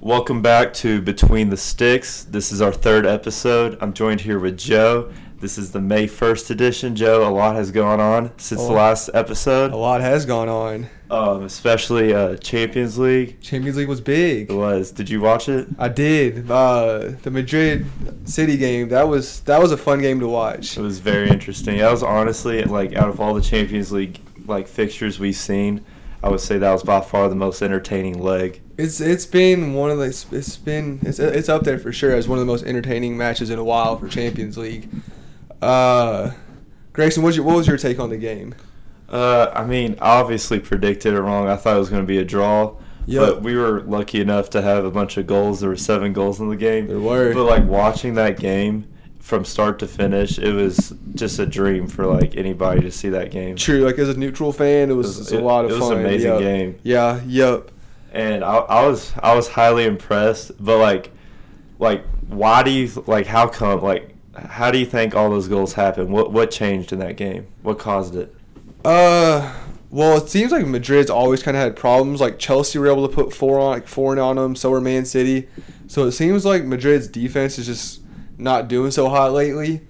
Welcome back to Between the Sticks. This is our third episode. I'm joined here with Joe. This is the May 1st edition. Joe, a lot has gone on since A the lot. last episode, A lot has gone on. um, especially uh, Champions League. Champions League was big. It was. Did you watch it? I did. Uh, the Madrid City game. That was that was a fun game to watch. It was very interesting. That was honestly like out of all the Champions League like fixtures we've seen, I would say that was by far the most entertaining leg. It's it's been one of the it's- it's been it's it's up there for sure as one of the most entertaining matches in a while for Champions League. Uh, Grayson, what's your, what was your take on the game? Uh, I mean, obviously predicted it wrong. I thought it was going to be a draw. Yep. But we were lucky enough to have a bunch of goals. There were seven goals in the game. There were. But like watching that game from start to finish, it was just a dream for like anybody to see that game. True, like as a neutral fan, it was, It was- it's a lot of it was an fun. amazing Yep. game. Yeah, yep. and I, I was I was highly impressed. But like, like why do you like how come like how do you think all those goals happened? What what changed in that game? What caused it? Uh, well, it seems like Madrid's always kind of had problems. Like Chelsea were able to put four on, like four in on them. So were Man City. So it seems like Madrid's defense is just not doing so hot lately.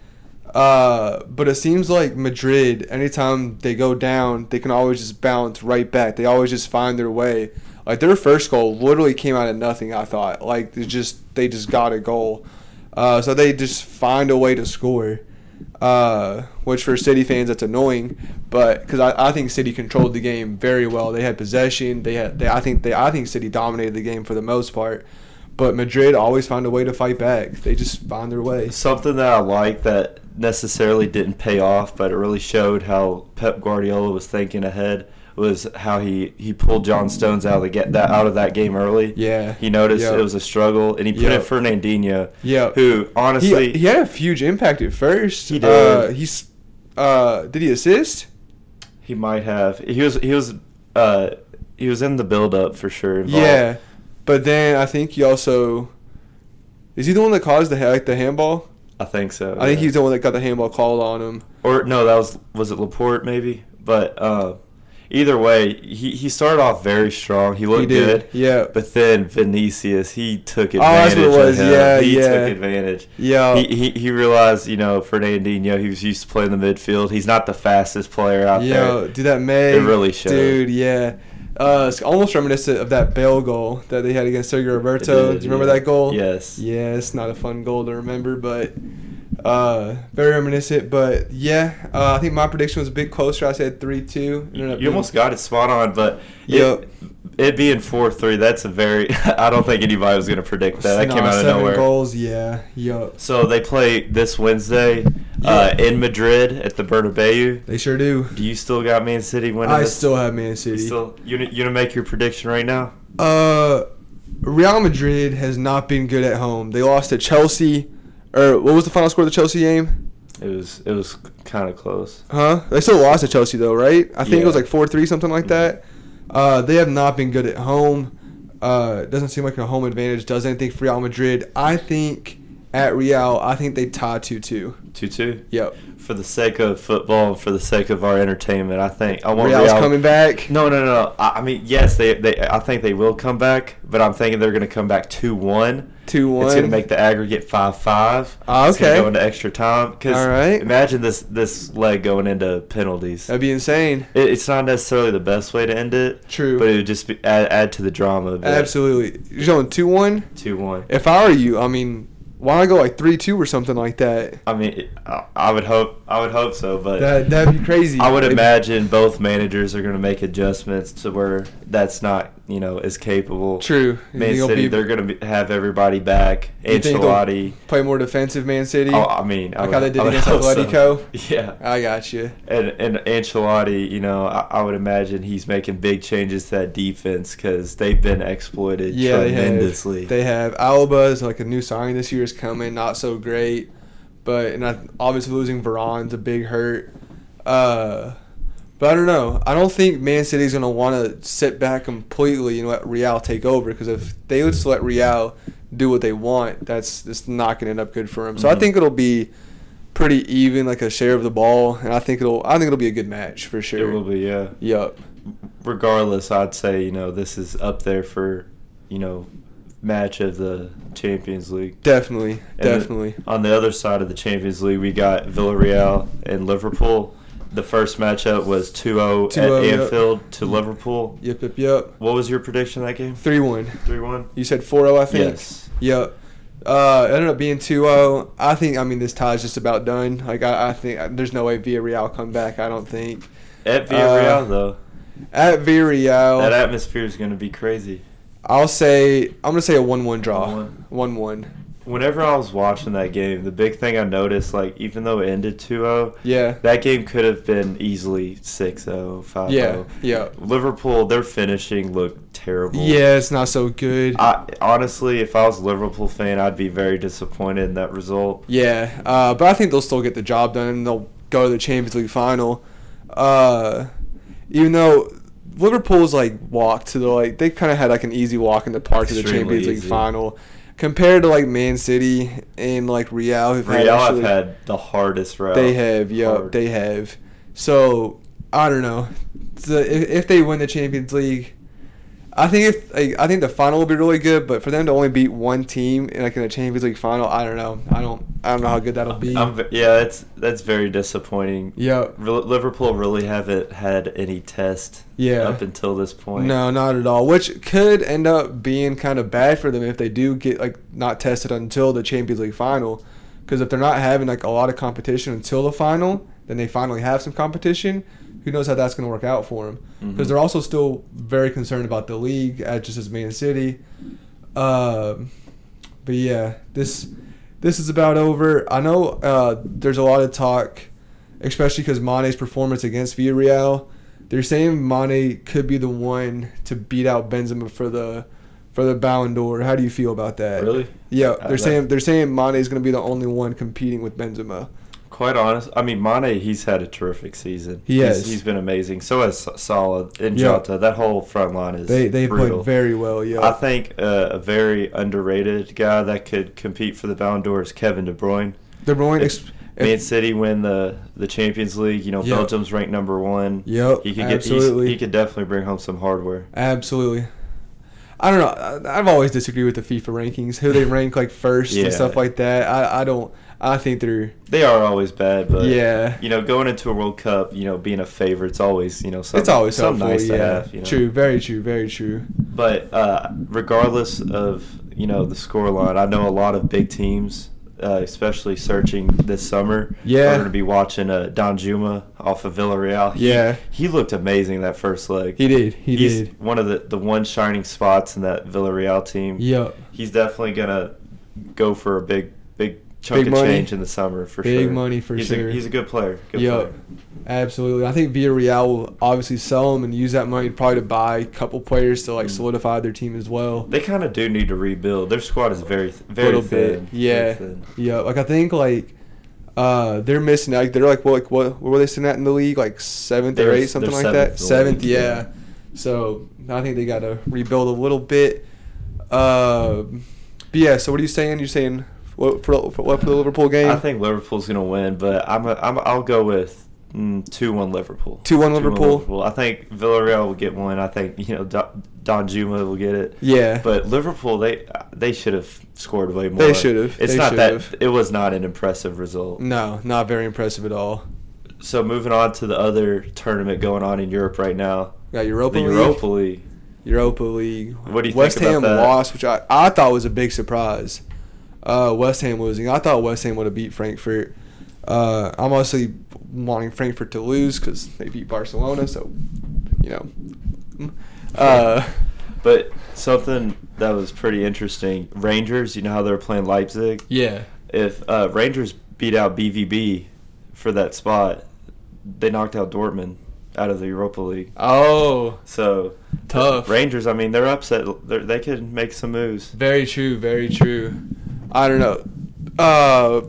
Uh, but it seems like Madrid, anytime they go down, they can always just bounce right back. They always just find their way. Like their first goal literally came out of nothing. I thought like they just they just got a goal. Uh, so they just find a way to score uh, which for City fans that's annoying, but because I, I think City controlled the game very well. They had possession. They had. They, I think they. I think City dominated the game for the most part, but Madrid always found a way to fight back. They just find their way. Something that I like that necessarily didn't pay off, but it really showed how Pep Guardiola was thinking ahead was how he, he pulled John Stones out of the get that out of that game early. Yeah. He noticed Yep. it was a struggle and he put Yep. in Fernandinho. Yep. Who honestly He, he had a huge impact at first. He did. Uh, he's. Uh, did he assist? He might have. He was. He was. Uh, he was in the build up for sure. involved. Yeah, but then I think he also. Is he the one that caused the ha- like the handball? I think so. I think yeah. he's the one that got the handball called on him. Or no, that was was it Laporte maybe? But uh, either way, he he started off very strong. He looked he did. good. Yeah. But then Vinicius, he took advantage. Oh, that's what it of was. him. Yeah, he yeah. Oh. took advantage. Yeah. He, he he realized, you know, Fernandinho, he was used to playing the midfield. He's not the fastest player out Yo, there. dude, that May. really showed. Dude, yeah. Uh, it's almost reminiscent of that Bale goal that they had against Sergio It Roberto. did, Do you remember yeah. that goal? Yes. Yeah, it's not a fun goal to remember, but uh, very reminiscent. But yeah, uh, I think my prediction was a bit closer. I said 3 2. You, you almost got it spot on, but Yep. it, it being four three, that's a very. I don't think anybody was going to predict that. That came out of seven nowhere. goals, yeah. Yup. So they play this Wednesday uh, in Madrid at the Bernabeu. They sure do. Do you still got Man City winning? I this? still have Man You City. still. You you gonna make your prediction right now? Uh, Real Madrid has not been good at home. They lost to Chelsea. Or what was the final score of the Chelsea game? It was it was kind of close. Huh? They still lost to Chelsea though, right? I think it was Yeah. like four three, something like that. Uh, they have not been good at home. Uh, doesn't seem like a home advantage does anything for Real Madrid. I think at Real, I think they tie two two. Two two. Yep. For the sake of football and for the sake of our entertainment, I think I want Real's Real- coming back. No, no, no. I, I mean, yes, they, they. I think they will come back, but I'm thinking they're going to come back two one. Two one. It's going to make the aggregate five five. Ah, It's going okay. to go into extra time. Cause All right. Imagine this this leg going into penalties. It, That'd be insane. it's not necessarily the best way to end it. True. But it would just be, add, add to the drama. Of Absolutely. You're going two one. Two one. If I were you, I mean, why not go like three two or something like that? I mean, it- I, I would hope. I would hope so, but. That that'd be crazy. I would It'd- imagine both managers are going to make adjustments to where that's not, you know, as capable. True. You Man think it'll City, be- they're going to have everybody back. think they'll- Ancelotti. play more defensive, Man City. Oh, I mean, I Like would- how they did I would against hope so. Atletico? Yeah, I got you. and and Ancelotti, you know, I, I would imagine he's making big changes to that defense because they've been exploited Yeah, they have. tremendously. They have Alba is like a new signing this year is coming, not so great, but and I, obviously losing Varane's a big hurt. Uh, but I don't know. I don't think Man City's gonna want to sit back completely and let Real take over because if they just let Real do what they want, that's it's not gonna end up good for them. So I Mhm. think it'll be pretty even, like a share of the ball, and I think it'll I think it'll be a good match for It sure. will be, yeah. Yup. Regardless, I'd say you know this is up there for, you know, match of the Champions League. Definitely, And the- definitely. on the other side of the Champions League, we got Villarreal and Liverpool. The first matchup was 2-0 at 2-0, oh, yep. Anfield to Liverpool. Yep, yep, yep. What was your prediction of that game? 3 1. 3-1? You said 4 0, I think? Yes. Yep. Uh, it ended up being 2 0. I think, I mean, this tie's just about done. Like, I, I think uh, there's no way Villarreal come back, I don't think. At Villarreal, Uh, though, At Villarreal, that atmosphere is going to be crazy. I'll say, I'm going to say a 1 1 draw. 1-1. 1 1. Whenever I was watching that game, the big thing I noticed, like, even though it ended 2-0, Yeah. that game could have been easily 6-0, 5-0. Yeah, yeah. oh. Liverpool, their finishing looked terrible. Yeah, it's not so good. I, honestly, if I was a Liverpool fan, I'd be very disappointed in that result. Yeah, uh, but I think they'll still get the job done and they'll go to the Champions League final. Uh, even though Liverpool's like walked to the like they kind of had like an easy walk in the park to the Extremely Champions League easy. final compared to like Man City and like Real. Who've Real have actually- had the hardest route. They have, yeah, Hard. they have. So I don't know. So if, if they win the Champions League, I think if like, I think the final will be really good. But for them to only beat one team in like in the Champions League final, I don't know. I don't. I don't know how good that'll be. I'm, ve- yeah, that's that's very disappointing. yeah. Re- Liverpool really haven't had any test Yeah. up until this point. No, not at all. Which could end up being kind of bad for them if they do get like not tested until the Champions League final. Because if they're not having like a lot of competition until the final, then they finally have some competition. Who knows how that's going to work out for them? Because Mhm. they're also still very concerned about the league, uh, just as Man City. Um, but yeah, this this is about over. I know uh, there's a lot of talk, especially because Mane's performance against Villarreal. They're saying Mane could be the one to beat out Benzema for the for the Ballon d'Or. How do you feel about that? Really? Yeah, I they're like- saying they're saying Mane's going to be the only one competing with Benzema. Quite honest, I mean Mane. He's had a terrific season. He He's- has. he's been amazing. So has S- Salah and Yeah. Jota. That whole front line is They they brutal. played very well. Yeah. I think uh, a very underrated guy that could compete for the Ballon d'Or is Kevin De Bruyne. De Bruyne. if- Ex- if- Man City win the the Champions League. You know, Yeah. Belgium's ranked number one. Yep, He could get he's- absolutely. he could definitely bring home some hardware. Absolutely. I don't know. I- I've always disagreed with the FIFA rankings, who they rank like first Yeah. and stuff like that. I, I don't. I think they're They are always bad, but yeah. you know, going into a World Cup, you know, being a favorite's always you know something, it's always something nice helpful. yeah. to have. You know? True. Very true. Very true. But uh, regardless of you know the scoreline, I know a lot of big teams, uh, especially searching this summer. Yeah. we're gonna be watching uh, Don Juma off of Villarreal. He- Yeah. he looked amazing that first leg. He did. He He's did. one of the the one shining spots in that Villarreal team. Yep. he's definitely gonna go for a big big chunk Big of money. change in the summer for Big sure. money for he's sure. A, he's a good player. Good Yep. player. Absolutely. I think Villarreal will obviously sell him and use that money probably to buy a couple players to like solidify their team as well. Mm. They kind of do need to rebuild. Their squad is very th- very little thin. bit. Yeah. Very thin. Yeah. Like I think like. Uh, they're missing. Like they're like what? Like what? Where were they sitting at in the league? Like seventh or They're- eighth, something they're like that. seventh in the league, Seventh, yeah. yeah. So I think they got to rebuild a little bit. Uh, but yeah. So what are you saying? You're saying what for, for what for the Liverpool game? I think Liverpool's gonna win, but I'm a, I'm I'll go with mm, two one Liverpool. 2-1 Liverpool. I think Villarreal will get one. I think you know Don, Don Juma will get it. Yeah. But Liverpool, they they should have scored way more. They should've. It's They Mm. not should've. that it was not an impressive result. no, not very impressive at all. So moving on to the other tournament going on in Europe right now, Got Europa the League. Europa League. Europa League. What do you West think about Ham that? lost, which I, I thought was a big surprise. Uh, West Ham losing. I thought West Ham would have beat Frankfurt. Uh, I'm obviously wanting Frankfurt to lose because they beat Barcelona, so you know. Uh, But something that was pretty interesting. Rangers, you know how they're playing Leipzig. yeah, If uh, Rangers beat out BVB for that spot, they knocked out Dortmund out of the Europa League. Oh, So Tough. Rangers. I mean, they're upset. They're, they could make some moves. very true, very true. I don't know. Uh,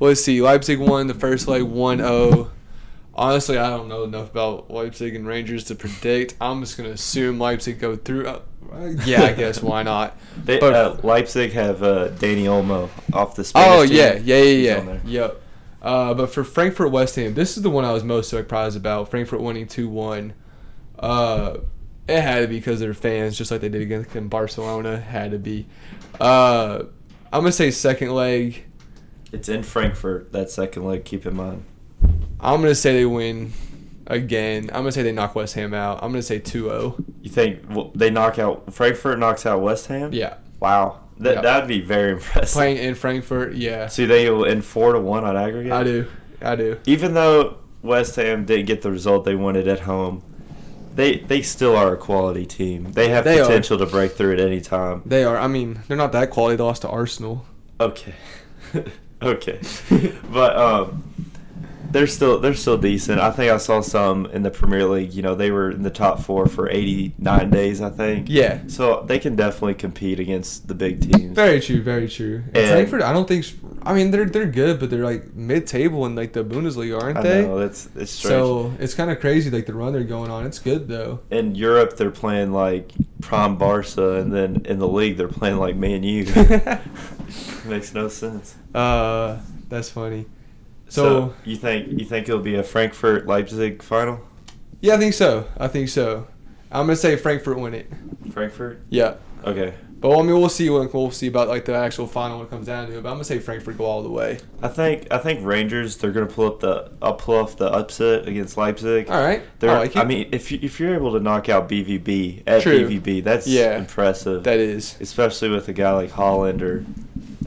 let's see. Leipzig won the first leg 1 0. Honestly, I don't know enough about Leipzig and Rangers to predict. I'm just going to assume Leipzig go through. Uh, yeah, I guess. Why not? They, But- uh, Leipzig have uh, Danny Olmo off the Spanish Oh team. yeah, yeah, He's yeah, on yeah. there. Yep. Uh, but for Frankfurt West Ham, this is the one I was most surprised about. Frankfurt winning two one. Uh, It had to be because their fans, just like they did against in Barcelona, had to be. Uh, I'm gonna say second leg. It's in Frankfurt, that second leg, keep in mind. I'm gonna say they win again. I'm gonna say they knock West Ham out. I'm gonna say oh. 2-0. You think well, they knock out Frankfurt knocks out West Ham? Yeah, Wow. That Yeah. that'd be very impressive. playing in Frankfurt. Yeah, So you think it will end four to one on aggregate? I do. I do. Even though West Ham didn't get the result they wanted at home, they they still are a quality team. They have They are. potential to break through at any time. They are. I mean, they're not that quality. They lost to Arsenal. Okay. okay. but um they're still they're still decent. I think I saw some in the Premier League, you know, they were in the top 4 for 89 days, I think. Yeah. So they can definitely compete against the big teams. Very true. Very true. And And- Frankfurt, I don't think. I mean, they're they're good, but they're like mid table in like the Bundesliga, aren't I they? know that's it's strange. So it's kind of crazy, like the run they're going on. It's good though. in Europe they're playing like Prom Barca, and then in the league they're playing like Man U. Makes no sense. uh, that's funny. So, So, you think you think it'll be a Frankfurt Leipzig final? yeah, I think so. I think so. I'm gonna say Frankfurt win it. Frankfurt. Yeah, Okay. but I mean, we'll see. When, we'll see about like the actual final when it comes down to it. But I'm gonna say Frankfurt go all the way. I think I think Rangers they're gonna pull up the I'll pull off the upset against Leipzig. All right. They're, I I, like it. mean, if you, if you're able to knock out BVB at True. BVB, that's Yeah. impressive. that is. especially with a guy like Hollander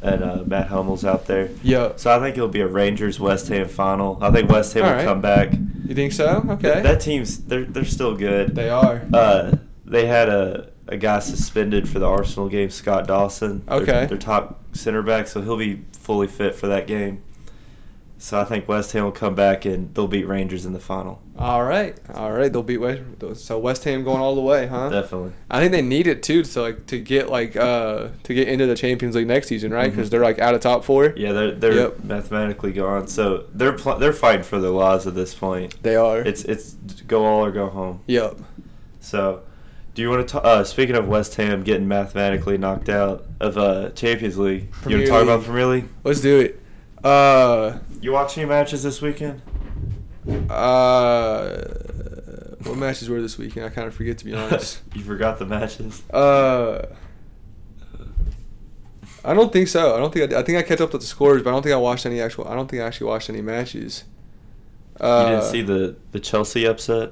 and uh, Matt Hummels out there. Yeah. So I think it'll be a Rangers West Ham final. I think West Ham All will right. come back. You think so? Okay. Th- that team's they're they're still good. they are. Uh, they had a a guy suspended for the Arsenal game, Scott Dawson. their- Okay. Their top center back, so he'll be fully fit for that game. So I think West Ham will come back and they'll beat Rangers in the final. All right, all right. They'll beat West. So West Ham going all the way, huh? Definitely. I think they need it too to like to get like uh to get into the Champions League next season, right? Because Mhm. they're like out of top four. Yeah, they're they're Yep. mathematically gone. So they're pl- they're fighting for their lives at this point. They are. It's it's go all or go home. yep. So, do you want to talk? Uh, speaking of West Ham getting mathematically knocked out of uh, Champions League, you Premier want to talk about League. Premier League? Let's do it. Uh, You watch any matches this weekend? uh, what matches were this weekend? I kind of forget to be honest. you forgot the matches. Uh, I don't think so. I don't think I, did. I think I catch up with the scores, but I don't think I watched any actual. I don't think I actually watched any matches. Uh, you didn't see the the Chelsea upset,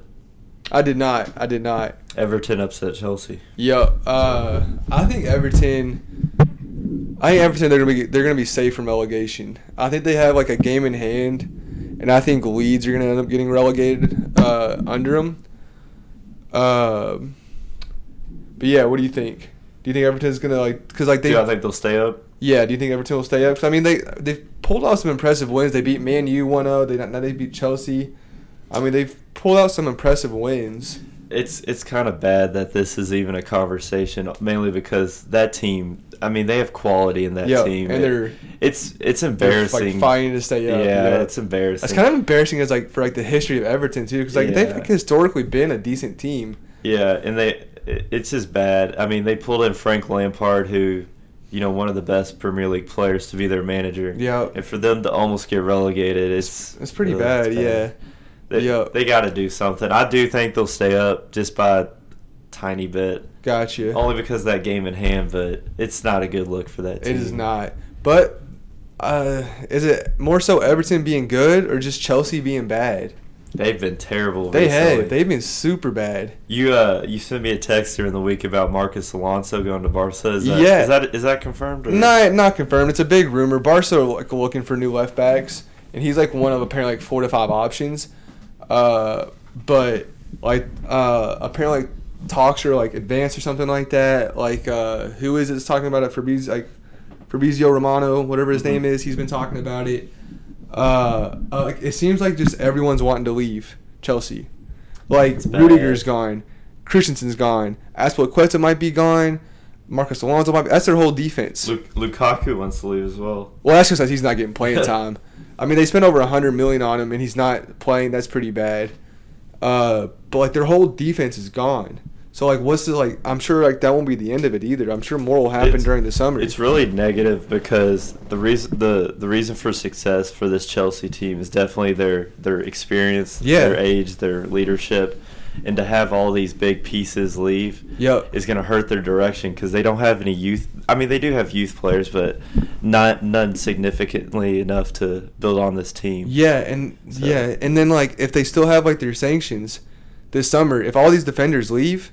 I did not. I did not. Everton upset Chelsea. Yo, uh, I think Everton. I think Everton they're gonna be they're gonna be safe from relegation. I think they have like a game in hand, and I think Leeds are gonna end up getting relegated uh, under them. Um, but yeah, what do you think? Do you think Everton's gonna like? Cause like they, do I think they'll stay up? yeah. Do you think Everton will stay up? 'Cause, I mean, they they pulled off some impressive wins. They beat Man U 1-0. They now they beat Chelsea. I mean, they've pulled out some impressive wins. It's it's kind of bad that this is even a conversation, mainly because that team. I mean, they have quality in that Yeah, team. and they're- it's it's They're, embarrassing. Like fighting to stay yeah, up. it's embarrassing. It's kind of embarrassing as like for like the history of Everton too, because like they've Yeah. like, historically been a decent team. Yeah, and they it- it's just bad. I mean, they pulled in Frank Lampard, who you know one of the best Premier League players, to be their manager. Yeah. and for them to almost get relegated, it's It's pretty uh, bad, it's yeah. They, Yeah. they got to do something. I do think they'll stay up just by a tiny bit, Gotcha. only because of that game in hand. But it's not a good look for that. Team. it is not. But uh, is it more so Everton being good or just Chelsea being bad? They've been terrible. They recently. have. They've been super bad. You uh you sent me a text during the week about Marcus Alonso going to Barca. Is that, Yeah. is that is that confirmed? Or? Not not confirmed. It's a big rumor. Barca are like looking for new left backs, and he's like one of apparently like four to five options. Uh, but like uh, apparently like, talks are like advanced or something like that. Like uh, who is it that's talking about it? Fabrizio like Fabrizio Romano, whatever Mm-hmm. his name is. He's been talking about it. Uh, uh, like, it seems like just everyone's wanting to leave Chelsea. Like It's bad. Rudiger's gone, Christensen's gone, Aspilicueta might be gone, Marcus Alonso might be. That's their whole defense. Luke, Lukaku wants to leave as well. Well, that's just because he's not getting playing time. I mean, they spent over a hundred million on him, and he's not playing. That's pretty bad. Uh, but like their whole defense is gone. So like, what's the like? I'm sure like that won't be the end of it either. I'm sure more will happen It's- during the summer. It's really negative because the reason the, the reason for success for this Chelsea team is definitely their their experience, Yeah. their age, their leadership, and to have all these big pieces leave Yep. is going to hurt their direction because they don't have any youth. I mean, they do have youth players, but not none significantly enough to build on this team. Yeah, and So- yeah, and then like if they still have like their sanctions this summer, if all these defenders leave,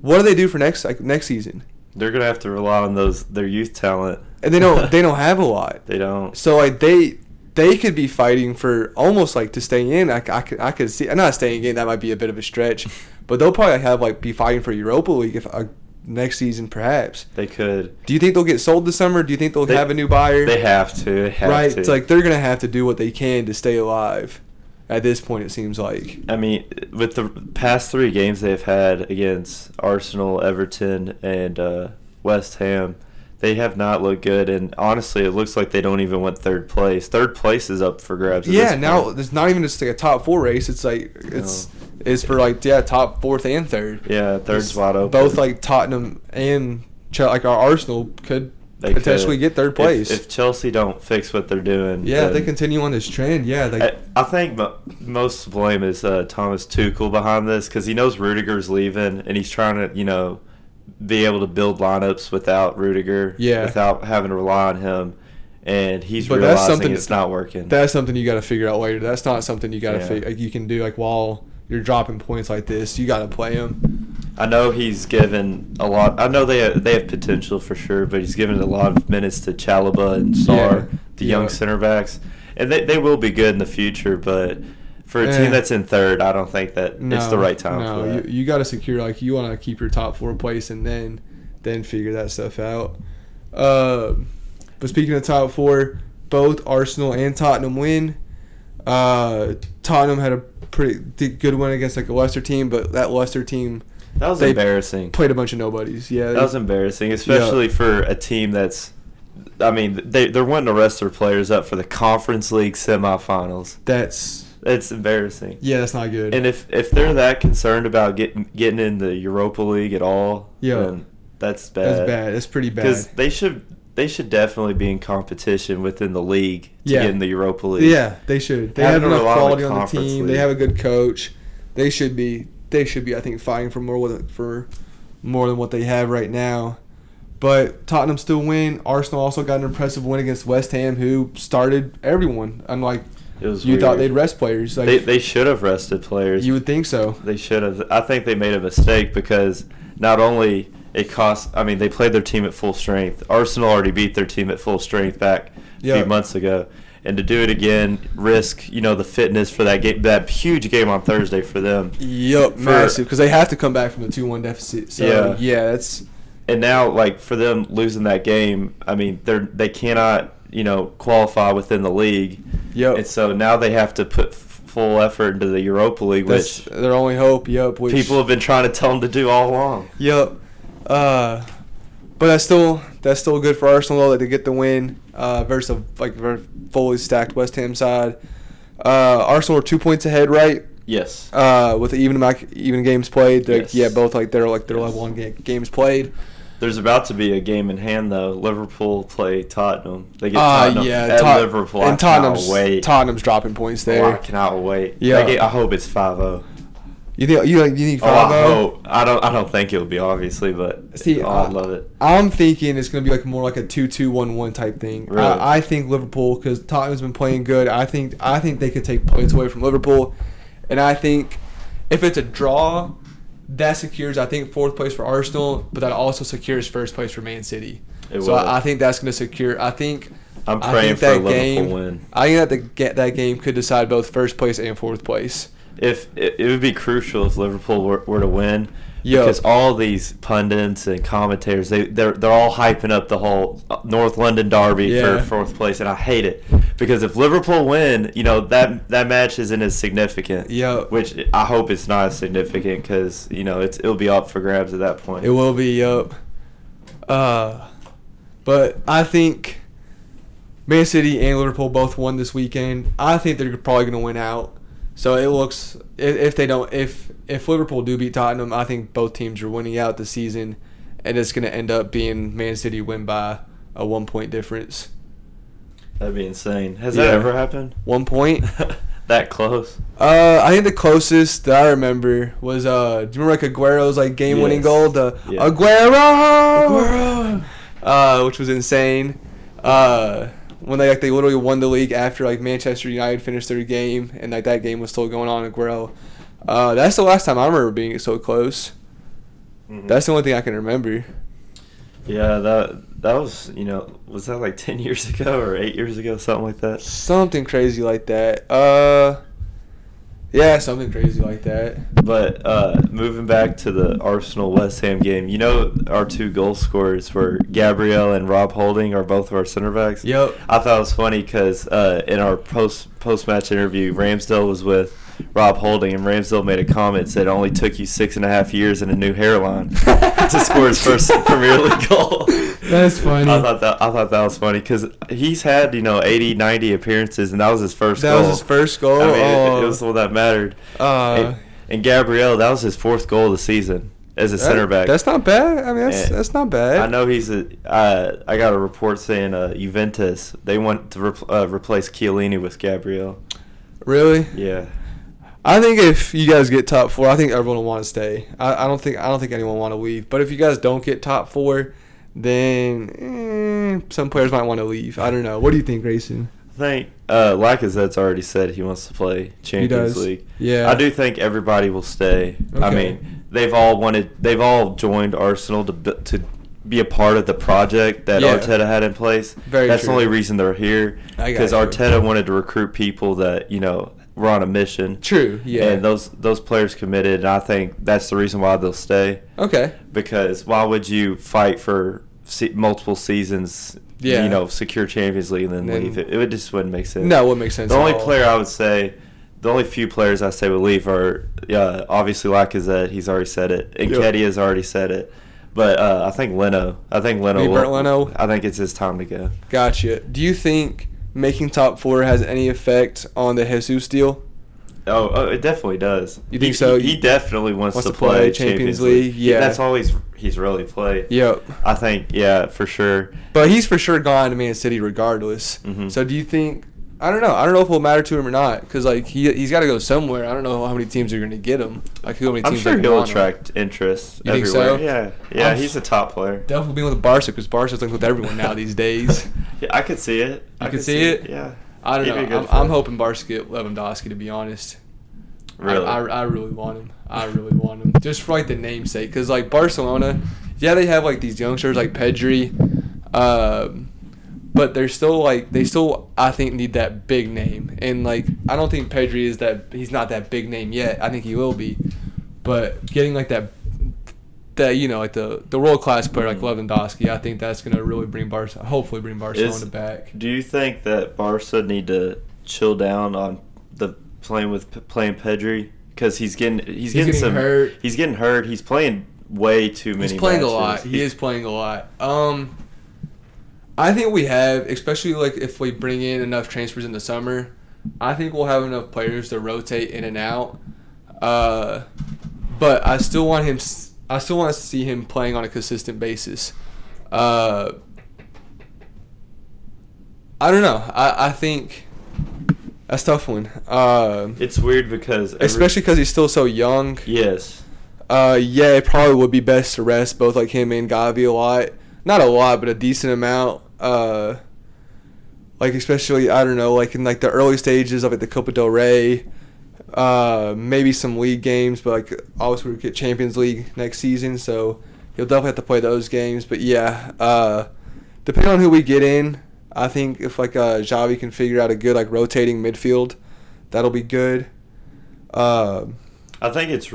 what do they do for next like next season? they're going to have to rely on those their youth talent, And they don't they don't have a lot. they don't. So like they they could be fighting for almost like to stay in. I, c- I could I could see not staying in. That might be a bit of a stretch, but they'll probably have like be fighting for Europa League if uh, next season perhaps. They could. Do you think they'll get sold this summer? Do you think they'll They- have a new buyer? They have to. They have right, to. it's like they're gonna have to do what they can to stay alive. At this point, it seems like. I mean, with the past three games they've had against Arsenal, Everton, and uh, West Ham, they have not looked good. And honestly, it looks like they don't even want third place. Third place is up for grabs. at Yeah, this now point. it's not even just like a top four race. It's like it's it's for like yeah, top fourth and third. Yeah, third's It's wide open. Both like Tottenham and Ch- like our Arsenal could They could. potentially get third If- place. If, Chelsea don't fix what they're doing. yeah, if they then- continue on this trend. Yeah, like I, I think mo- most of the blame is uh, Thomas Tuchel behind this because he knows Rudiger's leaving and he's trying to, you know, be able to build lineups without Rudiger, Yeah. without having to rely on him. And he's But that's realizing something- it's not working. that's something you got to figure out later. That's not something you got to Yeah. fi- like you can do like while you're dropping points like this. You got to play them. I know he's given a lot. I know they have, they have potential for sure, but he's given a lot of minutes to Chalaba and Sar, Yeah. the Yeah. young center backs, and they, they will be good in the future. But for a Eh. team that's in third, I don't think that it's the right time No, for that. you, you got to secure like you want to keep your top four place and then then figure that stuff out. Uh, but speaking of top four, both Arsenal and Tottenham win. Uh, Tottenham had a pretty d- good win against like a Leicester team, but that Leicester team that was they- embarrassing. played a bunch of nobodies. Yeah, That was embarrassing, especially for a team that's. I mean, they they're wanting to rest their players up for the Conference League semifinals. that's It's embarrassing. yeah, that's not good. And if if they're that concerned about getting getting in the Europa League at all, Yeah. then that's bad. that's bad. That's pretty bad. Because they should they should definitely be in competition within the league to Yeah. get in the Europa League. Yeah, they should. They Having have to enough rely on the quality on the Conference team. They League. have a good coach. They should be. They should be. I think fighting for more with- for more than what they have right now. But Tottenham still win. Arsenal also got an impressive win against West Ham, who started everyone. Unlike It was you thought weird. they'd rest players. Like they they should have rested players. you would think so. They should have. I think they made a mistake because not only it cost. I mean, they played their team at full strength. Arsenal already beat their team at full strength back a Yeah. few months ago, and to do it again, risk you know the fitness for that game, that huge game on Thursday for them. Yup, For- massive because they have to come back from a two-one deficit. So yeah, Yeah. that's And now, like for them losing that game, I mean, they're they cannot you know qualify within the league, yup. and so now they have to put f- full effort into the Europa League, That's which their only hope. Yup. Which people have been trying to tell them to do all along. Yep. Uh, but that's still that's still good for Arsenal though that they get the win uh, versus a, like ver- fully stacked West Ham side. Uh, Arsenal are two points ahead, right? Yes. Uh, with even amount even games played, They're- Yes. yeah, both like they're like they're Yes. level on ga- games played. There's about to be a game in hand though. Liverpool play Tottenham. They get Uh, Tottenham yeah, at Tot- Liverpool. I and Tottenham's cannot wait. Tottenham's dropping points Oh, I there. cannot wait. Yeah. Yeah. I hope it's 5-0. You think you you think Oh, I five? oh, hope. I don't. I don't think it'll be obviously, but See, uh, oh, I- I'd love it. I'm thinking it's gonna be like more like a two-two-one-one type thing. Really? I, I think Liverpool because Tottenham's been playing good. I think I think they could take points away from Liverpool, and I think if it's a draw, that secures I think fourth place for Arsenal, but that also secures first place for Man City. It so will. I, I think that's gonna secure. I think I'm I praying think for a that Liverpool game- win. I think that the get that game could decide both first place and fourth place. If it, it would be crucial if Liverpool were, were to win, Yeah. because all these pundits and commentators they they're they're all hyping up the whole uh, North London derby Yeah. for fourth place, and I hate it because if Liverpool win, you know that that match isn't as significant. Yeah. which I hope it's not as significant because you know it's it'll be up for grabs at that point. It will be, up. Uh, but I think Man City and Liverpool both won this weekend. I think they're probably going to win out. So it looks i- if they don't if if Liverpool do beat Tottenham, I think both teams are winning out this season, and it's going to end up being Man City win by a one point difference. That'd be insane. Has Yeah. that ever happened? One point. that close. Uh, I think the closest that I remember was uh, do you remember like Aguero's like game-winning Yes. goal, the Yeah. Aguero, Mm-hmm. uh, which was insane. Uh, when they like they literally won the league after like Manchester United finished their game and like that game was still going on. Aguero, uh, that's the last time I remember being so close. Mhm. That's the only thing I can remember. yeah. That that was you know was that like ten years ago or eight years ago something like that. Something crazy like that. Uh, yeah, something crazy like that. But uh, moving back to the Arsenal West Ham game, you know our two goal scorers were Gabrielle and Rob Holding are both of our center backs. Yep. I thought it was funny because uh, in our post post match interview, Ramsdale was with Rob Holding, and Ramsdale made a comment said it only took you six and a half years and a new hairline to score his first Premier League goal. That's funny. I thought that I thought that was funny because he's had you know 80, 90 appearances, and that was his first. That goal. was his first goal. I mean, it, it Oh. was the one that mattered. Uh, and, and Gabrielle, that was his fourth goal of the season as a That- center back. That's not bad. I mean, that's Yeah. that's not bad. I know he's a. Uh, I got a report saying uh, Juventus they want to repl uh, replace Chiellini with Gabriel. Really? Yeah, I think if you guys get top four, I think everyone will want to stay. I, I don't think I don't think anyone want to leave. But if you guys don't get top four, then eh, some players might want to leave. I don't know. What do you think, Grayson? I think uh, Lacazette's already said he wants to play Champions does. League. Yeah. I do think everybody will stay. I Okay. mean, they've all wanted. They've all joined Arsenal to b- to be a part of the project that Yeah. Arteta had in place. Very That's true. the only reason they're here I got because you. Arteta wanted to recruit people that you know were on a mission. True. Yeah. And those those players committed, and I think that's the reason why they'll stay. okay. Because why would you fight for se- multiple seasons? Yeah. You know, secure Champions League and then Then- leave. It, it would just wouldn't make sense. No, it wouldn't make sense The at only all. player I would say, the only few players I say would leave are yeah, obviously Lacazette. He's already said it. And Yep. Ketty has already said it. But uh, I think Leno. I think Leno. Maybe will- Bert Leno? I think it's his time to go. Gotcha. Do you think making top four has any effect on the Jesus deal? Oh, oh, it definitely does. You He- think so? He, he definitely wants, to, play, Champions League. yeah. that's all he's he's really played. Yep. I think yeah, for sure. But he's for sure gone to Man City regardless. Mhm. So do you think? I don't know. I don't know if it'll matter to him or not because like he he's got to go somewhere. I don't know how many teams are going to get him. Like how many I'm teams? sure like he'll want him. attract interest You think everywhere. so? Yeah, yeah, I'm he's a top player. Definitely being with Barca because Barca's linked with everyone now these days. yeah, I could see it. I could see it? Yeah, I don't He'd be know. good I'm, for I'm it. hoping Barca get Lewandowski to be honest. I- really. I, I, really want him. I really want him. Just for like the namesake, because like Barcelona, yeah, they have like these youngsters like Pedri, um, but they're still like they still I think need that big name. And like I don't think Pedri is that he's not that big name yet. I think he will be, but getting like that. That you know, like the the world class player like Lewandowski, I think that's gonna really bring Barca, hopefully bring Barcelona Mm. Is- back. Do you think that Barca need to chill down on the playing with playing Pedri because he's getting he's, getting, getting some hurt. he's getting hurt. He's playing way too many. He's playing matches. a lot. He is playing a lot. Um, I think we have, especially like if we bring in enough transfers in the summer, I think we'll have enough players to rotate in and out. Uh, but I still want him. s- I still want to see him playing on a consistent basis. Uh, I don't know. I I think that's a tough one. Uh, It's weird because every- especially because he's still so young. yes. Uh, yeah, it probably would be best to rest both like him and Gavi a lot. Not a lot, but a decent amount. Uh, like especially I don't know, like in like the early stages of like the Copa del Rey, uh, maybe some league games, but like obviously we get Champions League next season, so you'll definitely have to play those games. But yeah, uh, depending on who we get in, I think if like uh, Xavi can figure out a good like rotating midfield, that'll be good. Um I think it's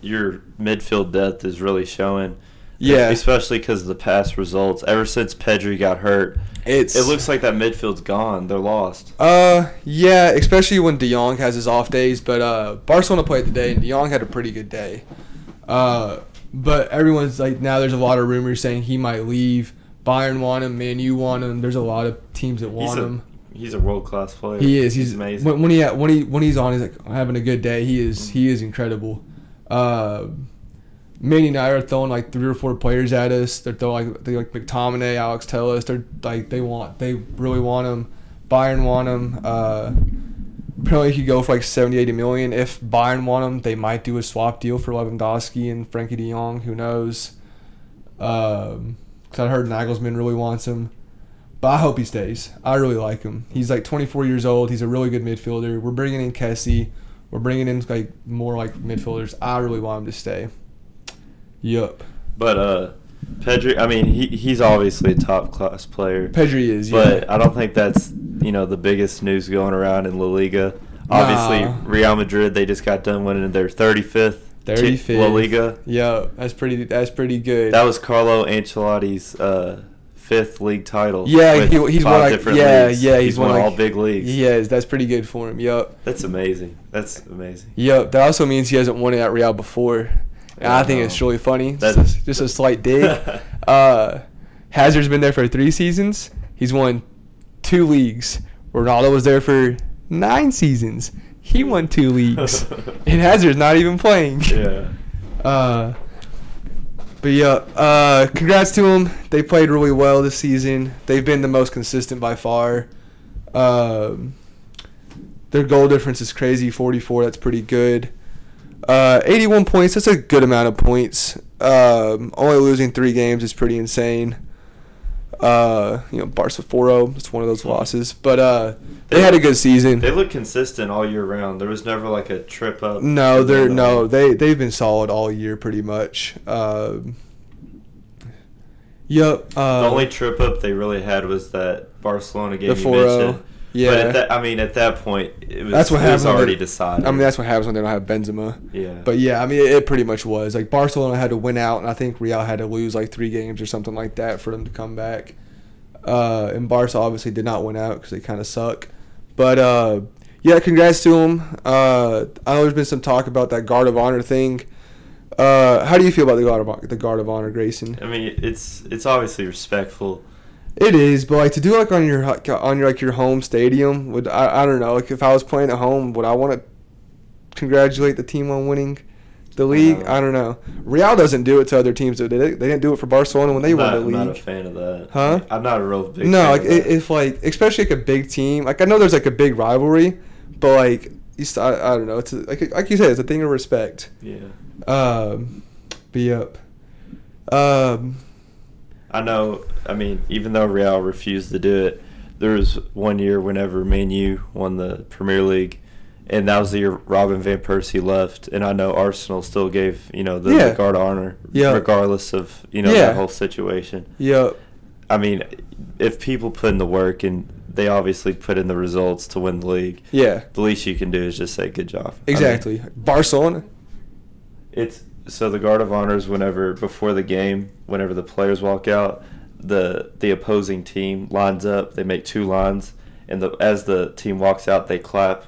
your midfield depth is really showing. Yeah. especially because of the past results. Ever since Pedri got hurt, it's it looks like that midfield's gone. They're lost. Uh, yeah, especially when De Jong has his off days. But uh, Barcelona played today, and De Jong had a pretty good day. Uh, but everyone's like now. There's a lot of rumors saying he might leave. Bayern want him. Man, you want him. There's a lot of teams that He's want a, him. he's a world class player. He is. He's, amazing. When, when he when he when he's on, he's like having a good day. He is. He is incredible. Uh, Man United are throwing like three or four players at us. They're throwing like they like McTominay, Alex Telles. They're like they want. They really want him. Bayern want him. Uh, Apparently, he could go for like 70, 80 million. If Bayern want him, they might do a swap deal for Lewandowski and Frankie de Jong. Who knows? Because I heard Nagelsmann really wants him. But I hope he stays. I really like him. He's like 24 years old. He's a really good midfielder. We're bringing in Kessie. We're bringing in like more like midfielders. I really want him to stay. Yup. But uh, Pedri, I mean, he he's obviously a top class player. Pedri is, yeah. but I don't think that's you know the biggest news going around in La Liga. Obviously, Nah. Real Madrid they just got done winning their 35th, ti- 35th. La Liga. Yeah, that's pretty. That's pretty good. That was Carlo Ancelotti's uh, fifth league title. Yeah, with he- he's five won, like- different yeah, leagues. yeah, He's, he's won, won, like- all big leagues. yes, that's pretty good for him. Yup. That's amazing. That's amazing. Yup. That also means he hasn't won it at Real before. And I think Wow. it's really funny. That- just, just a slight dig. uh, Hazard's been there for three seasons. He's won two leagues. Ronaldo was there for nine seasons. He won two leagues. and Hazard's not even playing. Yeah. Uh, but yeah, uh, congrats to them. They played really well this season. They've been the most consistent by far. Um, their goal difference is crazy 44. That's pretty good. Uh, 81 points. That's a good amount of points. Um, only losing three games is pretty insane. Uh, you know, Barca 4 It's one of those losses. But uh, they had a good season. They look consistent all year round. There was never like a trip up. No, in they're the- no. They they've been solid all year, pretty much. Um, yep. Uh, The only trip up they really had was that Barcelona game The you 4-0. mentioned. oh. yeah. But at that, I mean, at that point, it was, That's what it was happened. already decided. I mean, that's what happens when they don't have Benzema. yeah. But yeah, I mean, it, it pretty much was like Barcelona had to win out, and I think Real had to lose like three games or something like that for them to come back. Uh, and Barca obviously did not win out because they kind of suck. But uh, yeah, congrats to them. Uh, I know there's been some talk about that guard of honor thing. Uh, how do you feel about the guard of hon- the guard of honor, Grayson? I mean, it's it's obviously respectful. It is, but like to do like on your on your like your home stadium would I, I don't know like if I was playing at home would I want to congratulate the team on winning the league? No. I don't know. Real doesn't do it to other teams. though, They they didn't do it for Barcelona when they I'm won not, the I'm not a league. fan of that. Huh? I'm not a real big. No, fan like of that. i- if like especially like a big team. Like I know there's like a big rivalry, but like you st- I, I don't know. It's a, like like you said, it's a thing of respect. yeah. Um, be up. Um, I know. I mean, even though Real refused to do it, there was one year whenever Man U won the Premier League, and that was the year Robin van Persie left. And I know Arsenal still gave you know the, Yeah. the guard honor, Yeah. regardless of you know Yeah. that whole situation. yep. I mean, if people put in the work and they obviously put in the results to win the league, Yeah. the least you can do is just say good job. I mean, Exactly. Barcelona. It's so the guard of honor is whenever before the game, whenever the players walk out, the the opposing team lines up. They make two lines, and the as the team walks out, they clap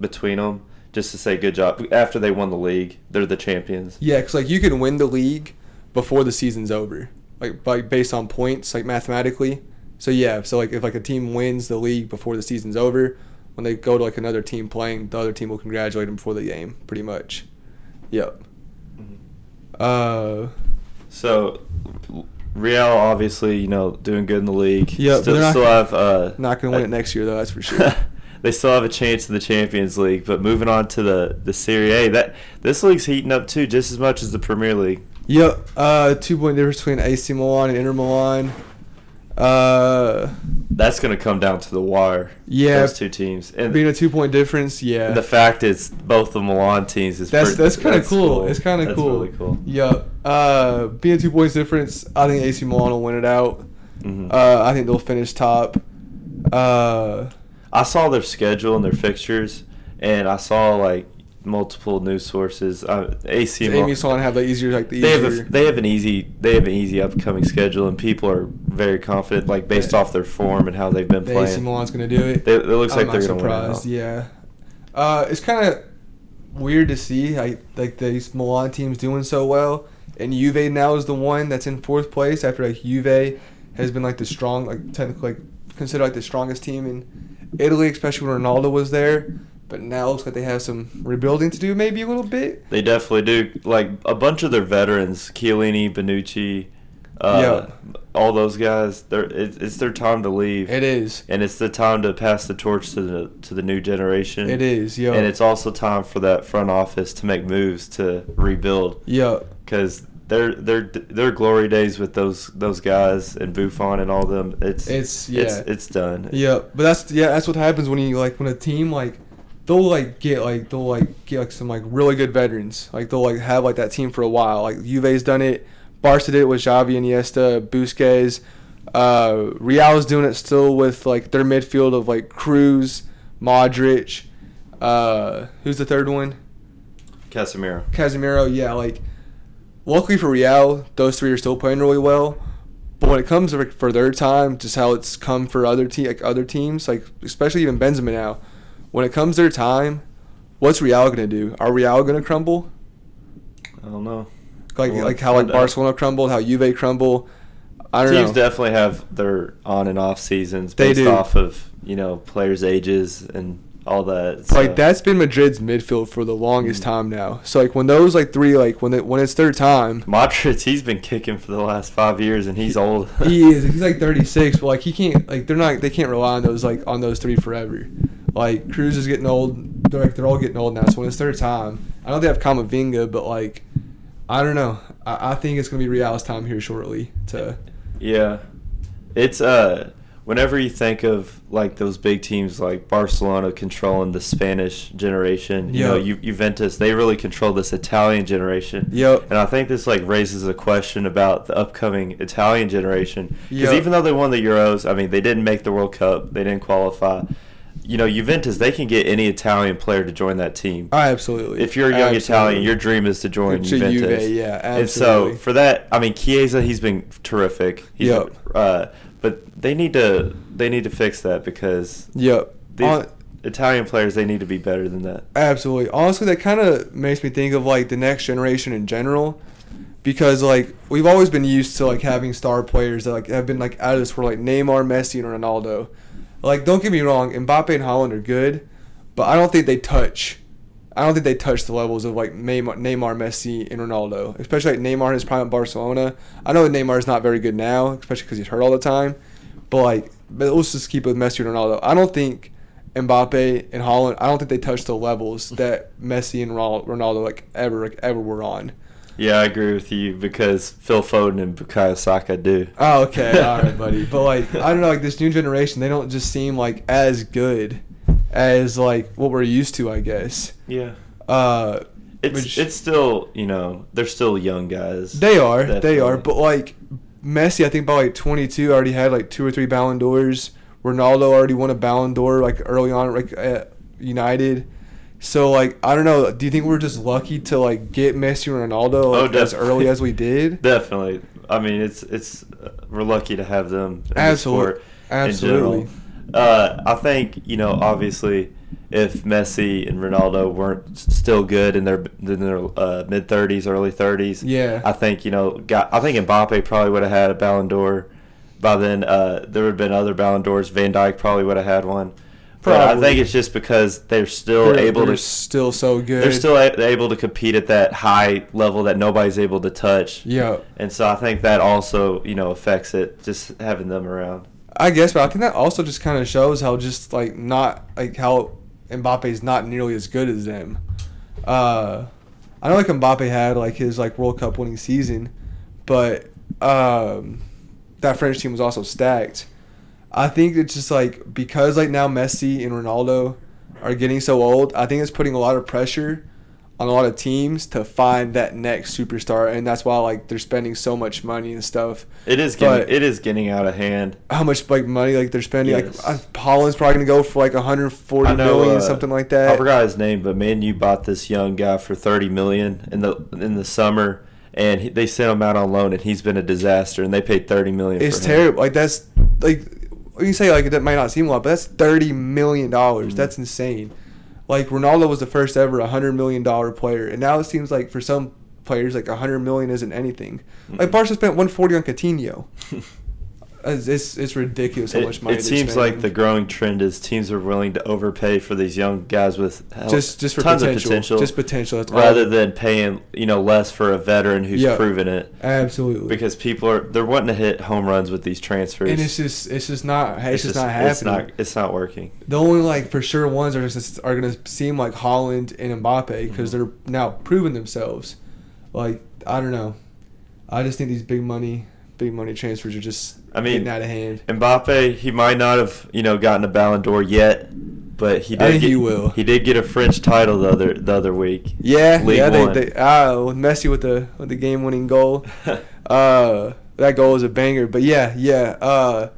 between them just to say good job. After they won the league, they're the champions. Yeah, because like you can win the league before the season's over, like by based on points, like mathematically. So yeah, so like if like a team wins the league before the season's over, when they go to like another team playing, the other team will congratulate them before the game, pretty much. Yep. Uh, So Real obviously, you know, doing good in the league. Yeah, but still, they're not- still have uh, not gonna win it next year though, that's for sure. they still have a chance in the Champions League, but moving on to the the Serie A, that this league's heating up too, just as much as the Premier League. Yep, uh, two point difference between AC Milan and Inter Milan. Uh, That's going to come down to the wire. Yeah. those two teams, and being a two point difference, yeah. the fact is, both the Milan teams is That's pretty- that's kind of cool. It's kind of That's cool. really cool. Yeah. Uh, being two points difference, I think AC Milan will win it out. Mhm. Uh, I think they'll finish top. Uh, I saw their schedule and their fixtures, and I saw like multiple news sources. Uh, AC does Milan. Amy Milan have the easier like the they easier. have a, they have an easy they have an easy upcoming schedule, and people are very confident, like based off their form and how they've been the AC playing. Milan's gonna do it. They- it looks I'm like they're not gonna win it surprised, all. Yeah. Uh, it's kind of weird to see like like these Milan teams doing so well, and Juve now is the one that's in fourth place after like Juve has been like the strong like technically like, considered like the strongest team in Italy, especially when Ronaldo was there. But now it looks like they have some rebuilding to do, maybe a little bit. They definitely do. Like a bunch of their veterans, Chiellini, Benucci, Uh, All those guys, they're, it, it's their time to leave. It is. and it's the time to pass the torch to the to the new generation. It is. Yo. and it's also time for that front office to make moves to rebuild Yo. because their their their glory days with those those guys and Buffon and all them. It's it's, It's- yeah. it's done. Yeah, but that's yeah, that's what happens when you like when a team like they'll like get like they'll like get like some like really good veterans. Like they'll like have like that team for a while. Like Juve's done it, Barca did it with Xavi, Iniesta, Busquets. Uh, Real's doing it still with like their midfield of like Cruz, Modric. Uh, who's the third one? Casemiro. Casemiro, yeah, like luckily for Real, those three are still playing really well. But when it comes to, for their time, just how it's come for other te- like other teams, like especially even Benzema now, when it comes their time, what's Real gonna do? Are Real gonna crumble? I don't know. Like Well, like how like find out. Barcelona crumbled, how Juve crumble. I don't Teams know. definitely have their on and off seasons They based do. off of you know players' ages and all that. But, so- like that's been Madrid's midfield for the longest Mhm. time now. So like when those like three like when they, when it's their time, Modric, he's been kicking for the last five years, and he's old. he is. He's like 36, but like he can't like they're not they can't rely on those like on those three forever. Like Cruz is getting old. They're like they're all getting old now. So when it's their time, I know they have Kamavinga, but like I don't know. I, I think it's gonna be Real's time here shortly. To Yeah. It's uh whenever you think of like those big teams like Barcelona controlling the Spanish generation, you know, Yeah. Ju- Juventus, they really control this Italian generation. Yep. And I think this like raises a question about the upcoming Italian generation cuz Yep. even though they won the Euros, I mean, they didn't make the World Cup, they didn't qualify. You know, Juventus, they can get any Italian player to join that team. I absolutely. If you're a young Italian, Absolutely. your dream is to join To Juve, Juventus. yeah, And absolutely. so for that, I mean, Chiesa, he's been terrific. He's Yep. uh, but they need to they need to fix that because Yep. these On- Italian players they need to be better than that. Absolutely. Honestly, that kind of makes me think of like the next generation in general, because like we've always been used to like having star players that like have been like out of this world, like Neymar, Messi, and Ronaldo. Like, don't get me wrong, Mbappe and Holland are good, but I don't think they touch. I don't think they touch the levels of like Neymar, Neymar, Messi, and Ronaldo. Especially like Neymar in his prime at Barcelona. I know that Neymar is not very good now, especially because he's hurt all the time. But like, but let's just keep it with Messi and Ronaldo. I don't think Mbappe and Holland. I don't think they touch the levels that Messi and Ron- Ronaldo like ever like, ever were on. Yeah, I agree with you because Phil Foden and Bukayo Saka do. Oh, okay, all right, buddy. But like, I don't know, like this new generation, they don't just seem like as good as like what we're used to, I guess. Yeah. Uh, It's which- it's still you know they're still young guys. They are, they Definitely. are. But like Messi, I think by like 22, already had like two or three Ballon d'Ors. Ronaldo already won a Ballon d'Or like early on, like at United. So like I don't know. Do you think we're just lucky to like get Messi and Ronaldo Oh, like, as definitely. early as we did? Definitely. I mean, it's it's uh, we're lucky to have them. in the Absolute- sport absolutely. In general. Uh, I think you know, obviously, if Messi and Ronaldo weren't s- still good in their in their uh, mid thirties, early thirties, Yeah. I think you know, got, I think Mbappe probably would have had a Ballon d'Or by then. Uh, there would have been other Ballon d'Ors. Van Dijk probably would have had one. But I Probably. think it's just because they're still They're- able to they're still so good. they're still a- able to compete at that high level that nobody's able to touch. Yeah. And so I think that also, you know, affects it just having them around. I guess, but I think that also just kind of shows how just like not like how Mbappe's not nearly as good as them. Uh, I know like Mbappe had like his like World Cup winning season, but um, that French team was also stacked. I think it's just like because like now Messi and Ronaldo are getting so old. I think it's putting a lot of pressure on a lot of teams to find that next superstar, and that's why like they're spending so much money and stuff It is getting But- it is getting out of hand. how much like money like they're spending. Yes. Like I, Holland's probably gonna go for like 140 I million, know, uh, something like I that. forgot his name, but man, you bought this young guy for thirty million in the in the summer, and he, they sent him out on loan, and he's been a disaster. And they paid thirty million. It's for him. terrible. Like that's like you say like that might not seem a lot, but that's 30 million dollars. Mm. That's insane. Like Ronaldo was the first ever 100 million dollar player, and now it seems like for some Mm. players like 100 million isn't anything. Like Barca spent 140 on Coutinho. It's it's, it's ridiculous how It- much it, money they seems spend. like the growing trend is teams are willing to overpay for these young guys with hell- just just for tons potential, of potential, just potential. That's all. rather than paying you know less for a veteran who's Yeah. proven it. absolutely Because people are they're wanting to hit home runs with these transfers. And it's just it's just not it's, just, not happening. It's not, it's not working. the only like for sure ones are just are gonna seem like Holland and Mbappe Mm-hmm. because they're now proving themselves. Like I don't know, I just think these big money big money transfers are just I mean, getting out of hand. Mbappe, he might not have you know gotten a Ballon d'Or yet, but he did. I think get, he will. He did get a French title the other the other week. Yeah, League yeah. One. They, they ah with Messi with the with the game winning goal. uh, that goal was a banger. But yeah, yeah. Uh,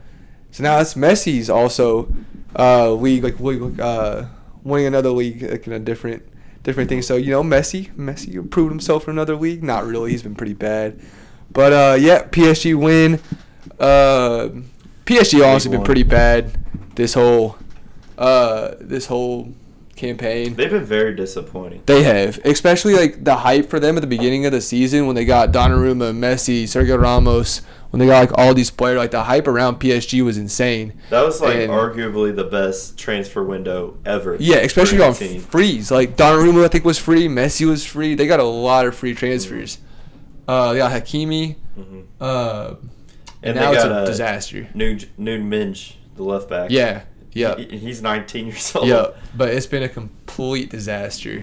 so now it's Messi's also uh, league like league, uh, winning another league like in a different different thing. So you know Messi, Messi improved himself in another league. Not really. He's been pretty bad. But uh, yeah, PSG win. Uh, PSG honestly been one. pretty bad this whole uh, this whole campaign. They've been very disappointing. They have, especially like the hype for them at the beginning of the season when they got Donnarumma, Messi, Sergio Ramos, when they got like all these players. Like the hype around PSG was insane. That was like And- arguably the best transfer window ever. Yeah, especially for on any team. frees. Like Donnarumma, I think was free. Messi was free. They got a lot of free transfers. Mm-hmm. Uh, they got Hakimi. Mhm. Uh, And and, they now it's a got, uh, disaster. Noon Noon Minge, the left back. Yeah, yeah. He- he's 19 years old. Yeah, but it's been a complete disaster.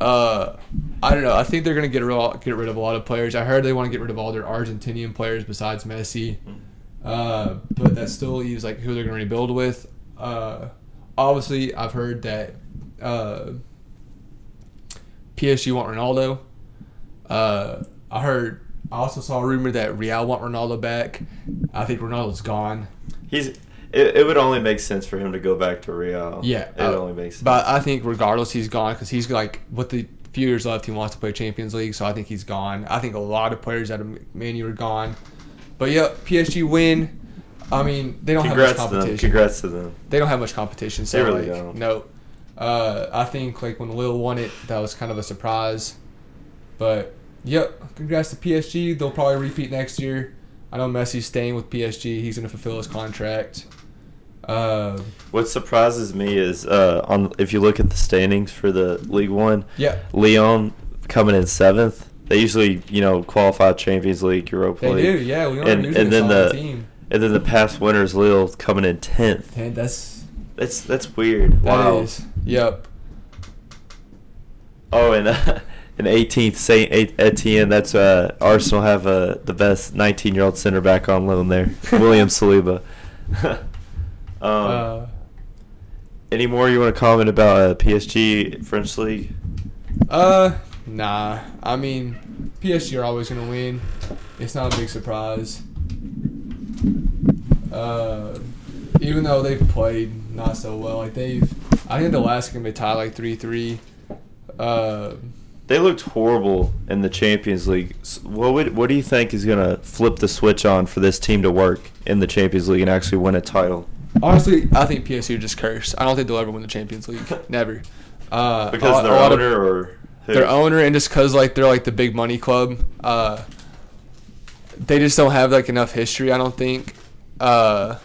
Uh, I don't know. I think they're gonna get rid get rid of a lot of players. I heard they want to get rid of all their Argentinian players besides Messi. Mm. Uh, but that still leaves like who they're gonna rebuild with. Uh, obviously, I've heard that uh, PSG want Ronaldo. Uh, I heard. I also saw a rumor that Real want Ronaldo back. I think Ronaldo's gone. He's. It, it would only make sense for him to go back to Real. Yeah, It uh, only makes sense. But I think regardless, he's gone because he's like with the few years left, he wants to play Champions League. So I think he's gone. I think a lot of players out of Man U are gone. But yeah, PSG win. I mean, they don't Congrats have to much them. competition. Congrats to them. They don't have much competition. So They really like, don't. no. Uh, I think like when Lil won it, that was kind of a surprise. But yep, congrats to PSG. They'll probably repeat next year. I know Messi's staying with PSG. He's gonna fulfill his contract. Uh, What surprises me is uh, on if you look at the standings for the League One, yeah, Leon coming in seventh. They usually you know qualify Champions League, Europa they League, do. Yeah, we are and- usually and a then solid the- team. and then the past winners Lille coming in tenth. Man, that's That's that's weird. that is wow. Yep. Oh, and uh, and 18th Saint Et- Etienne. That's uh, Arsenal have uh, the best 19 year old center back on loan there, William Saliba. um, uh, any more you want to comment about uh, PSG French league? uh, nah. I mean, PSG are always gonna win. It's not a big surprise. Uh, even though they've played not so well, like they've, I think the last game they tied like three three. Uh, They looked horrible in the Champions League. S- What would, what do you think is gonna flip the switch on for this team to work in the Champions League and actually win a title? honestly, I think PSG are just cursed. I don't think they'll ever win the Champions League. Never. Uh, Because a- their a lot of- owner or who? their owner and just because like they're like the big money club uh they just don't have like enough history i don't think uh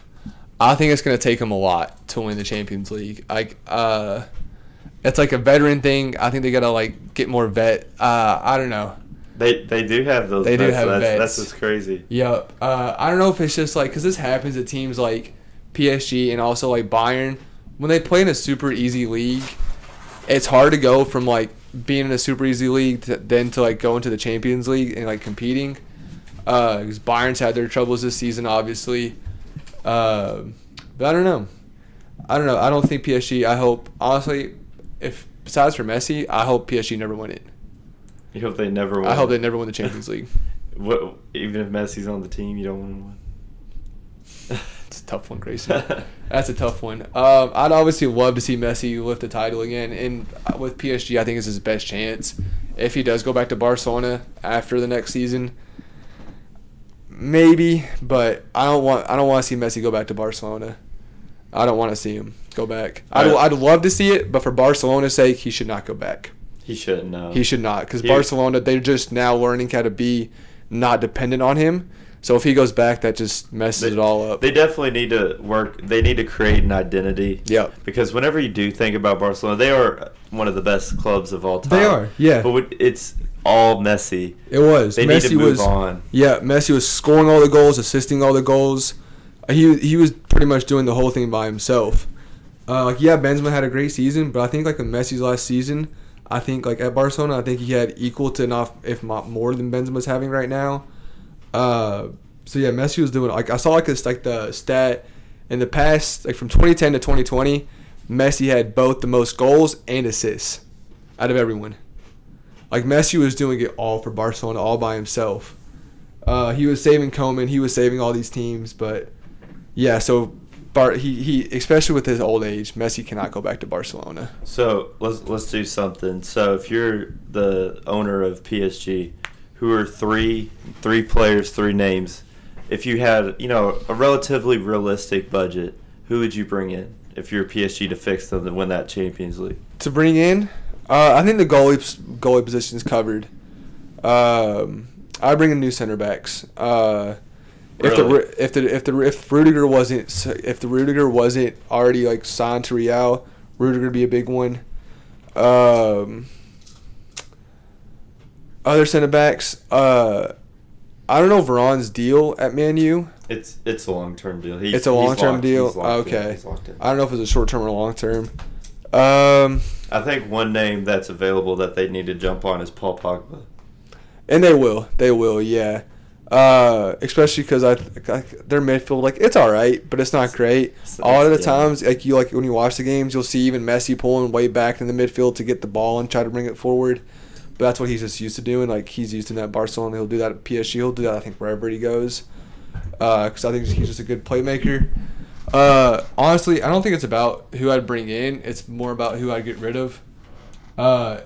i think it's going to take them a lot to win the champions league like uh it's like a veteran thing i think they gotta like get more vet uh i don't know They they do have those. They do vets, have that's, vets. That's just crazy. Yep. Uh, I don't know if it's just like because this happens at teams like PSG and also like Bayern when they play in a super easy league. It's hard to go from like being in a super easy league to then to like go into the Champions League and like competing. Because Bayern's had their troubles this season, obviously. Uh, but I don't know. I don't know. I don't think PSG. I hope honestly, if besides for Messi, I hope PSG never win it. You hope they never. Win. I hope they never win the Champions League. What, even if Messi's on the team, you don't want to win. It's a tough one, Grayson. That's a tough one. Um, I'd obviously love to see Messi lift the title again, and with PSG, I think it's his best chance. If he does go back to Barcelona after the next season, maybe. But I don't want I don't want to see Messi go back to Barcelona. I don't want to see him go back. I'd, I- I'd love to see it, but for Barcelona's sake, he should not go back. he shouldn't know. He should not, because He- Barcelona, they're just now learning how to be not dependent on him. So if he goes back, that just messes They- it all up. They definitely need to work. They need to create an identity. Yeah. Because whenever you do think about Barcelona, they are one of the best clubs of all time. They are, yeah. But when- it's all messy. It was. They need Messi to move was on. Yeah, Messi was scoring all the goals, assisting all the goals. He he was pretty much doing the whole thing by himself. Uh, like yeah, Benzema had a great season, but I think like in Messi's last season, I think like at Barcelona, I think he had equal to not if not more than Benzema's having right now. Uh, so yeah, Messi was doing like I saw like this like the stat in the past like from 2010 to 2020, Messi had both the most goals and assists out of everyone. Like Messi was doing it all for Barcelona all by himself. Uh, he was saving Coman, he was saving all these teams, but yeah, so Bar he, he especially with his old age, Messi cannot go back to Barcelona. So let's let's do something. So if you're the owner of PSG, who are three three players, three names, if you had you know a relatively realistic budget, who would you bring in if you're PSG to fix them to win that Champions League? To bring in, uh, I think the goalie goalie position is covered. Um, I bring in new center backs. Uh, if the Really? Ru- if the if the if Rudiger wasn't s- if the Rudiger wasn't already like signed to Real, Rudiger would be a big one. Um, other center backs. Uh, I don't know Veron's deal at Man U. It's it's a long term deal. He's, It's a he's long term locked- deal. he's locked in, okay. he's locked in. I don't know if it's a short term or long term. Um, I think one name that's available that they need to jump on is Paul Pogba. and they will. They will. Yeah. Uh, especially because I, I their midfield like it's all right, but it's not great. It's- A lot of the yeah. times, like you like when you watch the games, you'll see even Messi pulling way back in the midfield to get the ball and try to bring it forward. But that's what he's just used to doing. Like he's used to that at Barcelona. He'll do that at PSG. He'll do that I think wherever he goes. Because I think he's just a good playmaker. Uh, honestly, I don't think it's about who I'd bring in. It's more about who I'd get rid of. Uh,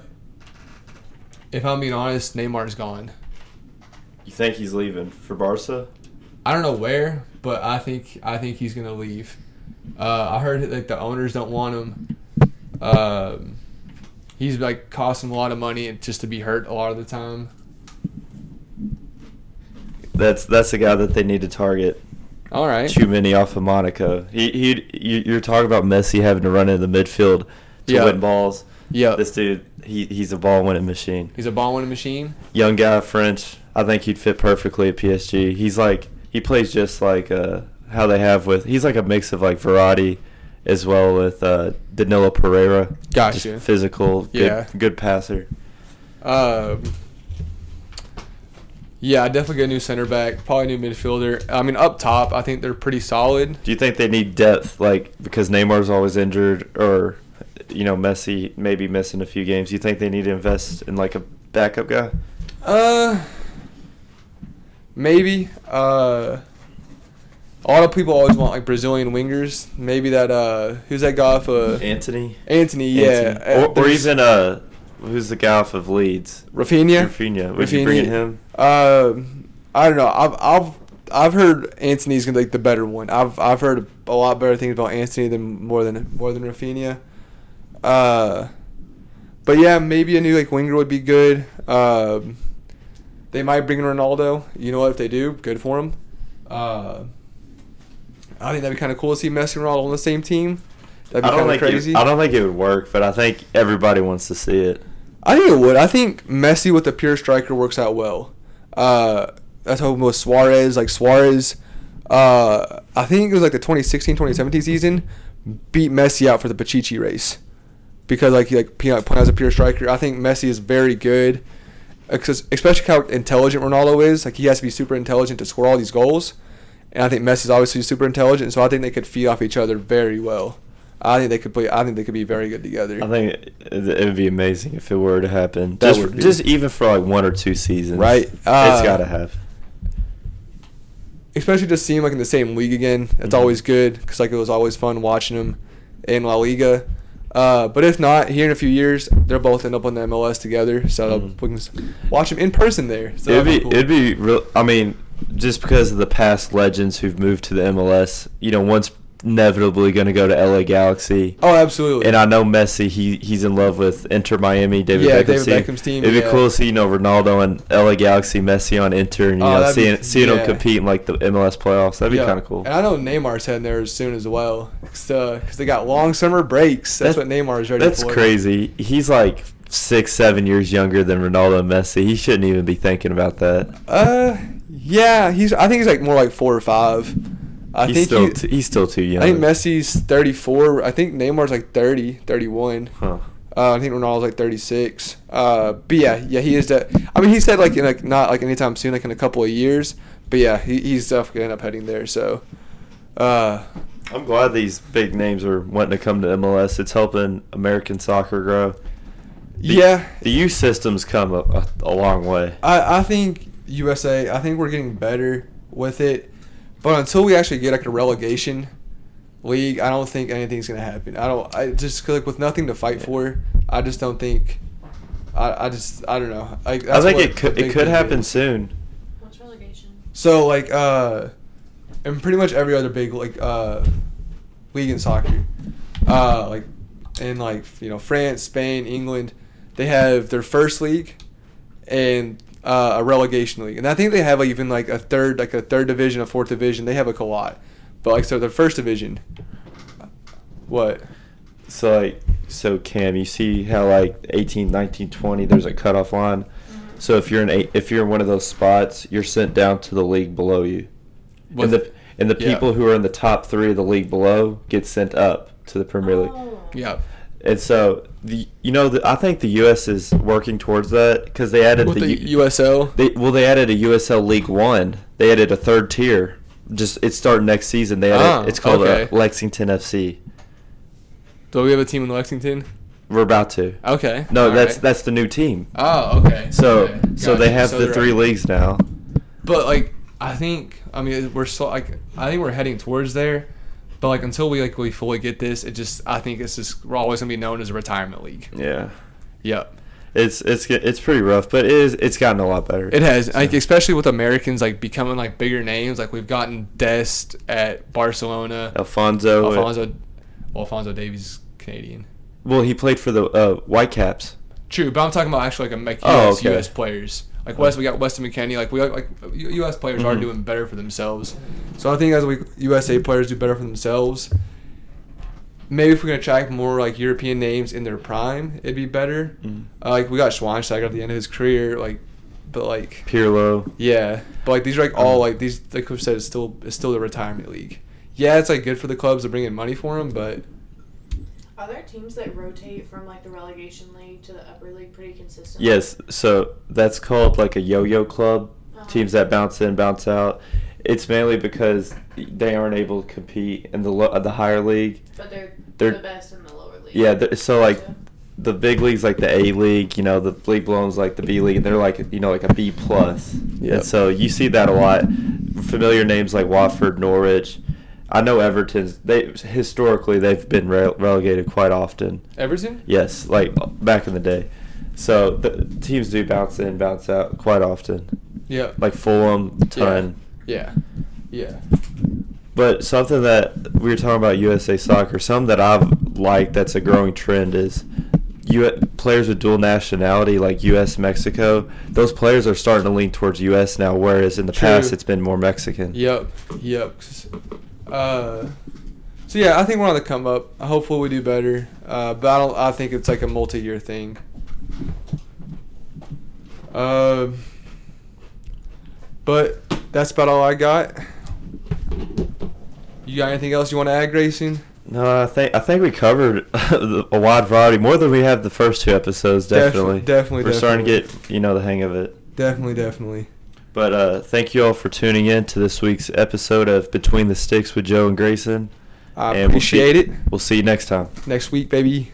if I'm being honest, Neymar's gone. You think he's leaving for Barca? I don't know where, but I think I think he's gonna leave. Uh, I heard that like the owners don't want him. Um, he's like costing a lot of money and just to be hurt a lot of the time. That's that's the guy that they need to target. All right. Too many off of Monaco. He he. You, you're talking about Messi having to run in the midfield to Yeah. win balls. Yeah. This dude, he he's a ball winning machine. He's a ball winning machine. Young guy, French. I think he'd fit perfectly at PSG. He's like he plays just like uh, how they have with. He's like a mix of like Verratti, as well with uh, Danilo Pereira. Gotcha. Just physical. Good, Yeah. Good passer. Um, yeah, I definitely get a new center back, probably a new midfielder. I mean, up top, I think they're pretty solid. Do you think they need depth, like because Neymar's always injured, or you know Messi maybe missing a few games? Do you think they need to invest in like a backup guy? Uh, maybe. Uh, a lot of people always want like Brazilian wingers. Maybe that uh, who's that guy off uh, Anthony. Anthony? Yeah, Anthony. Uh, Or, or there's even uh, who's the guy off of Leeds? Rafinha. Rafinha. Would you bring in Rafinha. him? Um, I don't know. I've I've I've heard Anthony's gonna be like the better one. I've I've heard a lot better things about Anthony than more than more than Rafinha. Uh, but yeah, maybe a new like winger would be good. Um, they might bring in Ronaldo. You know what? If they do, good for him. Uh, I think that'd be kind of cool to see Messi and Ronaldo on the same team. That'd I be don't kind of think crazy. It, I don't think it would work, but I think everybody wants to see it. I think it would. I think Messi with a pure striker works out well. Uh, that's how with Suarez, like Suarez, uh, I think it was like the 2016, 2017 season, beat Messi out for the Pachichi race because like he like Pino as a pure striker. I think Messi is very good, ex- especially how intelligent Ronaldo is. Like he has to be super intelligent to score all these goals, and I think Messi's obviously super intelligent. So I think they could feed off each other very well. I think they could play. I think they could be very good together. I think it, it would be amazing if it were to happen. That just, would be- just even for like one or two seasons, Right. Uh, it's got to happen. especially just seeing like in the same league again. That's Mhm. always good because like it was always fun watching them in La Liga. Uh, but if not, here in a few years, they'll both end up on the MLS together, so Mhm. we can s- watch them in person there. So it'd be that'd cool. it'd be real. I mean, just because of the past legends who've moved to the MLS, you know, once inevitably going to go to LA Galaxy. Oh, absolutely. And I know Messi, he he's in love with Inter Miami, David, Yeah, Beckham's, David team. Beckham's team, It'd be yeah. cool to see you know Ronaldo and LA Galaxy, Messi on Inter, and you Oh, know that'd be- seeing seeing yeah. them compete in like the MLS playoffs. That'd be Yeah. kind of cool. And I know Neymar's heading there as soon as well, because they got long summer breaks. That's, That's- what Neymar's ready That's for. crazy. He's like six, seven years younger than Ronaldo and Messi. He shouldn't even be thinking about that. Uh, yeah, he's. I think he's like more like four or five. I he's think still he- t- he's still too young. I think Messi's 34. I think Neymar's like 30, 31. Huh. Uh, I think Ronaldo's like 36. Uh, but yeah, yeah, he is. De- I mean, he said like in like not like anytime soon, like in a couple of years. But yeah, he, he's definitely gonna end up heading there. So, uh, I'm glad these big names are wanting to come to MLS. It's helping American soccer grow. The- yeah, the youth system's come a, a, a long way. I, I think USA. I think we're getting better with it, but until we actually get like a relegation league, I don't think anything's gonna happen. I don't. I just 'cause, like with nothing to fight for. I just don't think. I, I just I don't know. Like, I that's think what it the could big it could thing happen is. soon. What's relegation? So like uh, in pretty much every other big like uh, league in soccer, uh, like in like you know France, Spain, England, they have their first league and uh, a relegation league, and I think they have like, even like a third like a third division, a fourth division. They have like a lot, but like so their first division. What? So like so Cam, you see how like 18, 19, 20 there's a cutoff line. So if you're in eight, if you're in one of those spots, you're sent down to the league below you. With- and the and the yeah. people who are in the top 3 of the league below get sent up to the Premier League. Oh. Yeah. And so the you know the, I think the US is working towards that cuz they added With the the U- USL. They, well, they added a USL League One. They added a third tier. Just it's starting next season. They added. Oh, it's called uh, okay. Lexington FC. Do we have a team in Lexington? We're about to. Okay. No, all that's right. that's the new team. Oh, okay. So okay, so they gotcha. have the they're- three leagues now. But like, I think I mean we're so like I think we're heading towards there, but like until we like we fully get this, it just I think it's just we're always gonna be known as a retirement league. Yeah, Yep, it's it's ge- it's pretty rough, but it is it's gotten a lot better. it has like especially with Americans like becoming like bigger names. Like we've gotten Dest at Barcelona, Alfonso. Alfonso, well, Alfonso Davies Canadian. Well, he played for the uh, Whitecaps. True, but I'm talking about actually like a like US, Oh, okay. US players. Like West, we got Weston McKinney. Like we got, like U- US players are Mhm. doing better for themselves. So I think as we USA players do better for themselves, maybe if we're gonna track more like European names in their prime, it'd be better. Mhm. Uh, like we got Schweinsteiger at the end of his career. Like, but like Pirlo. Mm-hmm. yeah, but like these are like all like these like we said, it's still it's still the retirement league. Yeah, it's like good for the clubs to bring in money for them, but Are there teams that rotate from like the relegation league to the upper league pretty consistently? Yes, so that's called like a yo-yo club. Uh-huh. Teams that bounce in, bounce out. It's mainly because they aren't able to compete in the lo- the higher league. But they're, They're- the best in the lower league. Yeah, th- so like Gotcha. the big leagues, like the A league, you know, the league below is like the B league, and they're like you know like a B plus. Yep. And so you see that a lot. Familiar names like Watford, Norwich. I know Everton's. They historically they've been re- relegated quite often. Everton. Yes, like back in the day. So the teams do bounce in, bounce out quite often. Yeah. Like Fulham, ton. Yeah. Yeah. But something that we were talking about USA soccer, something that I've liked that's a growing trend is U- players with dual nationality like US, Mexico, those players are starting to lean towards US now, whereas in the True. past it's been more Mexican. Yep. Yep. Uh, so yeah, I think we're on the come up. Hopefully we do better. Uh, but I don't. I think it's like a multi-year thing. Um. But that's about all I got. You got anything else you want to add, Grayson? No, I think I think we covered a wide variety more than we have the first two episodes. Def- Definitely, definitely, We're starting to definitely. get you know the hang of it. Definitely, definitely. But uh, thank you all for tuning in to this week's episode of Between the Sticks with Joe and Grayson. I And we'll see- appreciate it. We'll see you next time. Next week, baby.